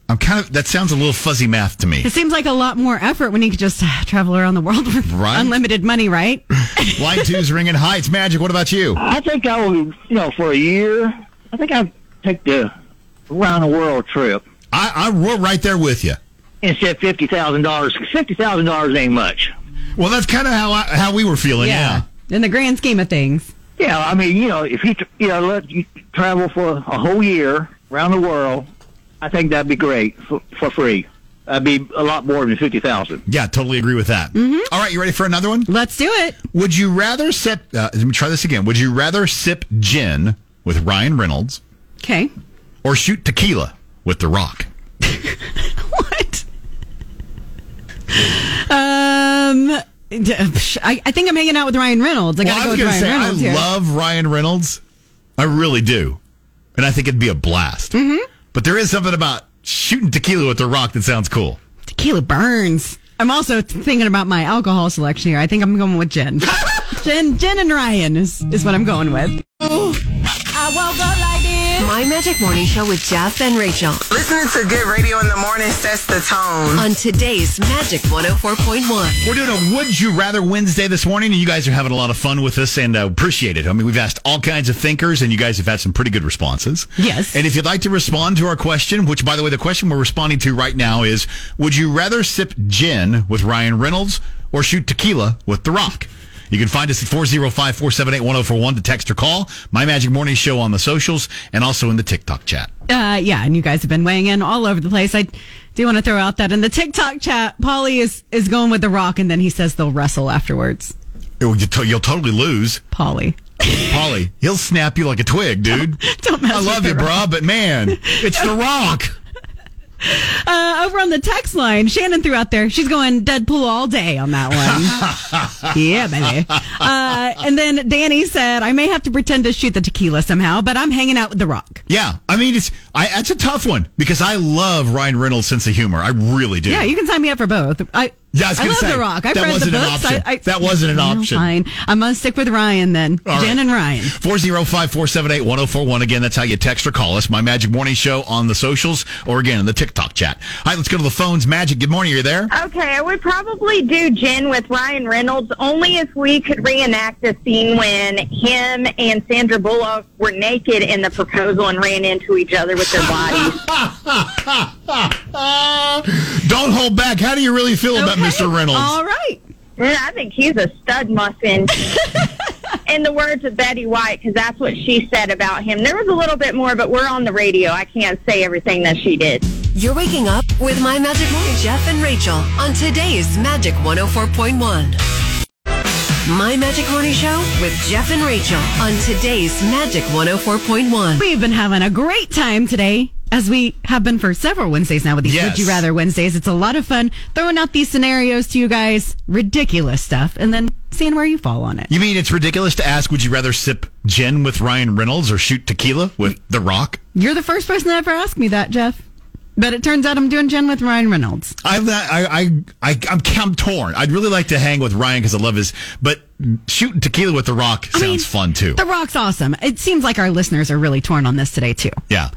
S5: I'm kind of that sounds a little fuzzy math to me.
S6: it seems like a lot more effort when you could just uh, travel around the world with
S5: Right.
S6: unlimited money, right?
S5: Line two's ringing. Hi, it's Magic. What about you?
S10: I think I would, you know, for a year, I think I'd take the round the world trip.
S5: I, I we're right there with you.
S10: Instead of fifty thousand dollars, fifty thousand dollars ain't much.
S5: Well, that's kind of how I, how we were feeling.
S10: Yeah.
S6: In the grand scheme of things.
S10: Yeah, I mean, you know, if you tr- you know, let you travel for a whole year around the world, I think that'd be great for, for free. I'd be a lot more than fifty thousand.
S5: Yeah, totally agree with that. All right, you ready for another one?
S6: Let's do it.
S5: Would you rather sip? Uh, let me try this again. Would you rather sip gin with Ryan Reynolds
S6: Okay.
S5: or shoot tequila with The Rock?
S6: Um, d- psh, I, I think I'm hanging out with Ryan Reynolds. I
S5: Well,
S6: gotta
S5: I
S6: go
S5: was
S6: with
S5: gonna
S6: Ryan
S5: say
S6: Reynolds
S5: I
S6: here.
S5: love Ryan Reynolds. I really do, and I think it'd be a blast. Mm-hmm. But there is something about shooting tequila with The Rock that sounds cool.
S6: Tequila burns. I'm also th- thinking about my alcohol selection here. I think I'm going with gin. gin, gin, and Ryan is, is what I'm going with.
S5: Oh, uh,
S3: I woke up like this. My Magic Morning Show with Jeff and Rachel.
S4: Listening to good radio in the morning sets the tone.
S3: On today's Magic 104.1.
S5: We're doing a Would You Rather Wednesday this morning, and you guys are having a lot of fun with us, and I appreciate it. I mean, we've asked all kinds of thinkers, and you guys have had some pretty good responses.
S6: Yes.
S5: And if you'd like to respond to our question, which, by the way, the question we're responding to right now is Would you rather sip gin with Ryan Reynolds or shoot tequila with The Rock? You can find us at 405 478 1041 to text or call. My Magic Morning Show on the socials and also in the TikTok chat.
S6: Uh, yeah, and you guys have been weighing in all over the place. I do want to throw out that in the TikTok chat, Polly is, is going with The Rock, and then he says they'll wrestle afterwards.
S5: You'll you'll totally lose.
S6: Polly.
S5: Polly, he'll snap you like a twig, dude.
S6: Don't mess
S5: I
S6: with
S5: love
S6: The
S5: you,
S6: Rock.
S5: bruh, but man, it's The Rock.
S6: Uh, over on the text line, Shannon threw out there, she's going Deadpool all day on that one. yeah, baby. Uh, and then Danny said, I may have to pretend to shoot the tequila somehow, but I'm hanging out with The Rock.
S5: Yeah, I mean it's I that's a tough one because I love Ryan Reynolds' sense of humor. I really do.
S6: Yeah, you can sign me up for both. I,
S5: Yeah, I was
S6: I
S5: gonna
S6: love
S5: say,
S6: The Rock. I've
S5: that
S6: read
S5: wasn't
S6: the
S5: an
S6: books.
S5: option.
S6: I, I,
S5: That wasn't an
S6: No,
S5: option.
S6: Fine. I'm going to stick with Ryan then.
S5: All right.
S6: Jen and Ryan.
S5: 405-478-1041. Again, that's how you text or call us. My Magic Morning Show on the socials or again in the TikTok chat. All right, let's go to the phones. Magic, good morning. You're there?
S12: Okay, I would probably do Jen with Ryan Reynolds only if we could reenact a scene when him and Sandra Bullock were naked in the proposal and ran into each other with their bodies.
S5: Don't hold back. How do you really feel about Mr. Reynolds?
S12: All
S6: Ah. right.
S12: Man, I think he's a stud muffin. in the words of Betty White, because that's what she said about him. There was a little bit more, but we're on the radio. I can't say everything that she did.
S3: You're waking up with My Magic Morning Jeff and Rachel on today's Magic 104.1. My Magic Morning Show with Jeff and Rachel on today's Magic 104.1.
S6: We've been having a great time today, as we have been for several Wednesdays now with these
S3: Yes.
S6: Would You Rather Wednesdays. It's a lot of fun throwing out these scenarios to you guys, ridiculous stuff, and then seeing where you fall on it.
S5: You mean it's ridiculous to ask would you rather sip gin with Ryan Reynolds or shoot tequila with The Rock?
S6: You're the first person to ever ask me that, Jeff. But it turns out I'm doing Jen with Ryan Reynolds.
S5: I'm not, I, I, I, I'm, I'm torn. I'd really like to hang with Ryan because I love his, but shooting tequila with The Rock sounds fun too.
S6: The Rock's awesome. It seems like our listeners are really torn on this today, too.
S5: yeah.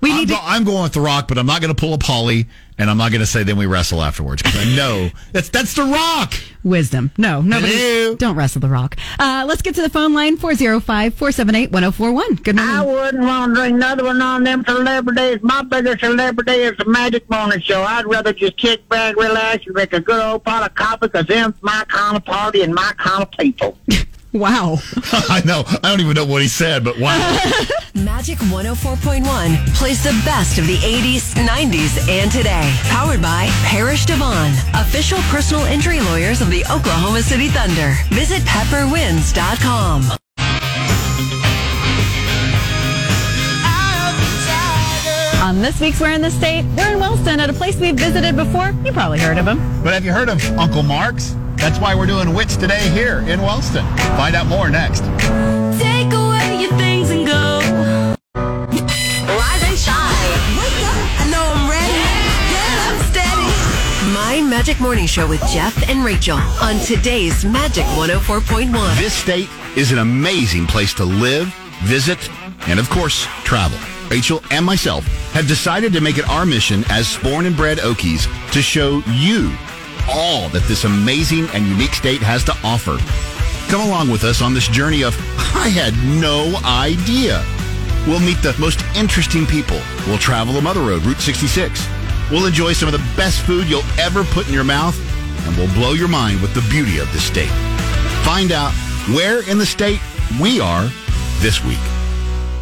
S5: We need I'm, go- I'm going with The Rock, but I'm not going to pull a Polly, and I'm not going to say then we wrestle afterwards because I know that's that's The Rock.
S6: Wisdom. No, nobody. Don't wrestle The Rock. Uh, let's get to the phone line 405 478 1041. Good morning.
S10: I wouldn't want to drink another one on them celebrities. My biggest celebrity is the Magic Morning Show. I'd rather just kick back, relax, and make a good old pot of coffee because them's my kind of party and my kind of people.
S6: Wow.
S5: I know. I don't even know what he said, but wow.
S3: Magic 104.1 plays the best of the 80s, 90s, and today. Powered by Parish Devon, official personal injury lawyers of the Oklahoma City Thunder. Visit pepperwins.com.
S6: On this week's We're in the State, we're in Wilson at a place we've visited before. You probably heard of him.
S5: But have you heard of Uncle Mark's? That's why we're doing Wits today here in Wellston. Find out more next.
S2: Take away your things and go.
S3: Rise and shine. Wake up. I know I'm ready. Yeah, I'm steady. My Magic Morning Show with Jeff and Rachel on today's Magic 104.1.
S5: This state is an amazing place to live, visit, and of course, travel. Rachel and myself have decided to make it our mission as born and bred Okies to show you all that this amazing and unique state has to offer. Come along with us on this journey of I had no idea. We'll meet the most interesting people. We'll travel the Mother Road, Route 66. We'll enjoy some of the best food you'll ever put in your mouth, and we'll blow your mind with the beauty of this state. Find out where in the state we are this week.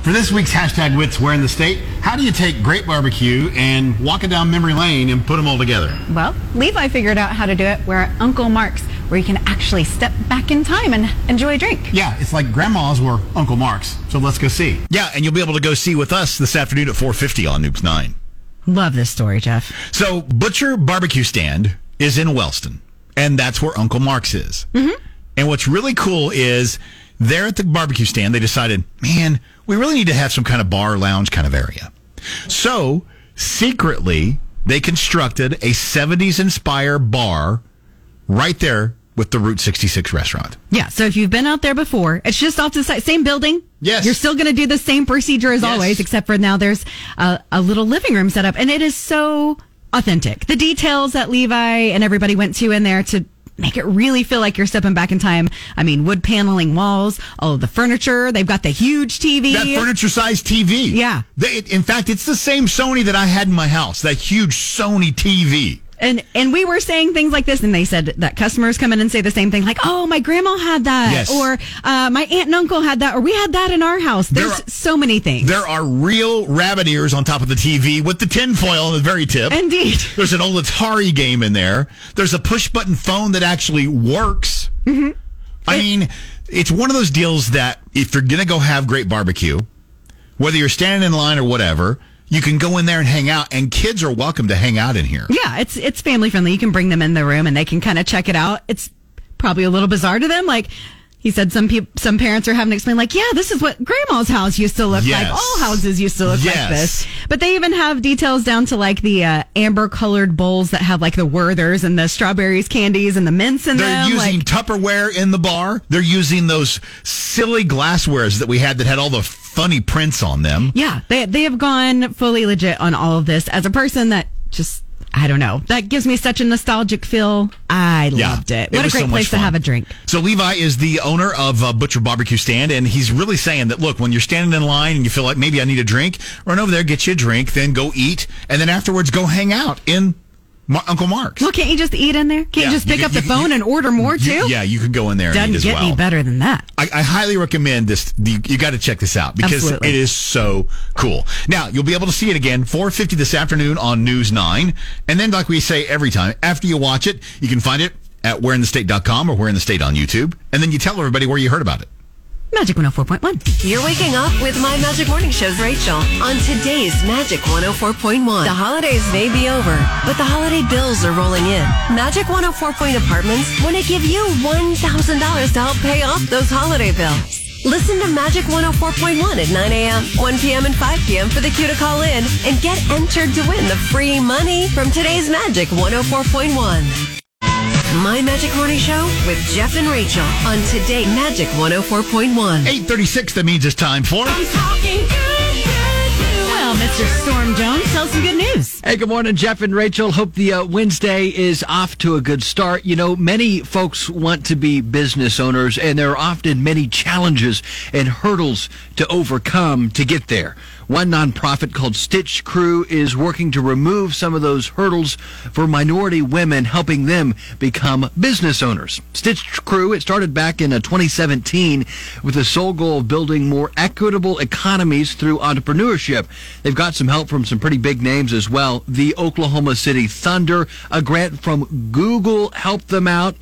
S5: For this week's hashtag Wits Where in the State,
S14: How do you take great barbecue and walk it down memory lane and put them all together?
S6: Well, Levi figured out how to do it where Uncle Mark's, where you can actually step back in time and enjoy a drink.
S14: Yeah, it's like grandma's or Uncle Mark's. So let's go see.
S5: Yeah, and you'll be able to go see with us this afternoon at 4:50 on Noobs Nine.
S6: Love this story, Jeff.
S5: So Butcher Barbecue Stand is in Wellston, and that's where Uncle Mark's is. Mm-hmm. And what's really cool is there at the barbecue stand, they decided, man, we really need to have some kind of bar lounge kind of area. So secretly, they constructed a 70s inspired bar right there with the Route 66 restaurant.
S6: Yeah, so if you've been out there before, it's just off to the side, same building.
S5: Yes.
S6: You're still going to do the same procedure as always, except for now there's a, a little living room set up, and it is so authentic. The details that Levi and everybody went to in there to make it really feel like you're stepping back in time. I mean, wood paneling walls, all of the furniture, they've got the huge TV.
S5: That furniture sized TV.
S6: Yeah.
S5: They, in fact, it's the same Sony that I had in my house, that huge Sony TV.
S6: And and we were saying things like this, and they said that customers come in and say the same thing, like, "Oh, my grandma had that,"
S5: Yes.
S6: or uh, "My aunt and uncle had that," or "We had that in our house."
S5: There
S6: There's
S5: are-
S6: so many things.
S5: There are real rabbit ears on top of the TV with the tinfoil on the very tip.
S6: Indeed.
S5: There's an old Atari game in there. There's a push button phone that actually works. Mm-hmm. I mean, it's one of those deals that if you're going to go have great barbecue, whether you're standing in line or whatever, you can go in there and hang out, and kids are welcome to hang out in here.
S6: Yeah, it's it's family friendly. You can bring them in the room and they can kind of check it out. It's probably a little bizarre to them. Like he said, some peop some parents are having to explain, like, yeah, this is what grandma's house used to look
S5: Yes.
S6: like. All houses used to look like
S5: Yes.
S6: this. But they even have details down to like the uh, amber colored bowls that have like the Werthers and the strawberries, candies, and the mints in
S5: They're
S6: them.
S5: using
S6: like,
S5: Tupperware in the bar. They're using those silly glasswares that we had that had all the funny prints on them.
S6: yeah, they they have gone fully legit on all of this. As a person that just. I don't know. That gives me such a nostalgic feel. I loved it. What a
S5: was so
S6: great
S5: much
S6: place to
S5: fun.
S6: have a drink.
S5: So Levi is the owner of uh, Butcher Barbecue Stand, and he's really saying that look, when you're standing in line and you feel like maybe I need a drink, run over there, get you a drink, then go eat, and then afterwards go hang out in Mar- Uncle Mark's.
S6: Well, can't you just eat in there? Can't
S5: Yeah,
S6: you just
S5: you
S6: pick
S5: can-
S6: up the
S5: you- you-
S6: phone and order more
S5: You-
S6: too?
S5: yeah, you can go in there.
S6: Doesn't
S5: and eat as
S6: get
S5: well.
S6: any better than that.
S5: I, I highly recommend this. You, you got to check this out because
S6: Absolutely.
S5: it is so cool. Now you'll be able to see it again 4:50 this afternoon on News Nine, and then like we say every time, after you watch it, you can find it at whereinthestate.com or where in the state on YouTube, and then you tell everybody where you heard about it.
S6: Magic 104.1.
S3: You're waking up with my Magic Morning Show's Rachel on today's Magic 104.1. The holidays may be over, but the holiday bills are rolling in. Magic 104.1 Apartments want to give you $1,000 to help pay off those holiday bills. Listen to Magic 104.1 at 9 a.m., 1 p.m., and 5 p.m. for the cue to call in and get entered to win the free money from today's Magic 104.1. My Magic Morning Show with Jeff and Rachel on today Magic 104.1.
S5: 8:36. That means it's time for.
S6: Well, Mr. Storm Jones, tell us some good news.
S15: Hey, good morning, Jeff and Rachel. Hope the uh, Wednesday is off to a good start. You know, many folks want to be business owners, and there are often many challenges and hurdles to overcome to get there. One nonprofit called Stitch Crew is working to remove some of those hurdles for minority women, helping them become business owners. Stitch Crew, it started back in uh, 2017 with the sole goal of building more equitable economies through entrepreneurship. They've got some help from some pretty big names as well. The Oklahoma City Thunder, a grant from Google helped them out.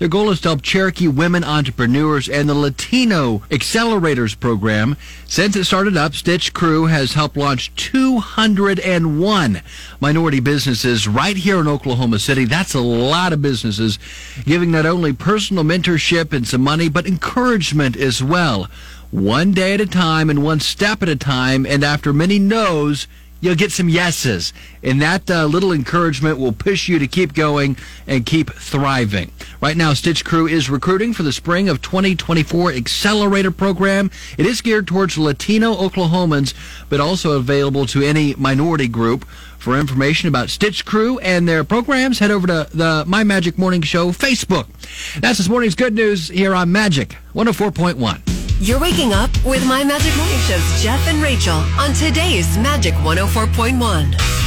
S15: Their goal is to help Cherokee women entrepreneurs and the Latino Accelerators program. Since it started up, Stitch Crew has helped launch 201 minority businesses right here in Oklahoma City. That's a lot of businesses, giving not only personal mentorship and some money, but encouragement as well. One day at a time and one step at a time, and after many no's, you'll get some yeses. And that uh, little encouragement will push you to keep going and keep thriving. Right now, Stitch Crew is recruiting for the spring of 2024 Accelerator Program. It is geared towards Latino Oklahomans, but also available to any minority group. For information about Stitch Crew and their programs, head over to the My Magic Morning Show Facebook. That's this morning's good news here on Magic 104.1.
S3: You're waking up oh with my Magic Morning Show's Jeff and Rachel on today's Magic 104.1.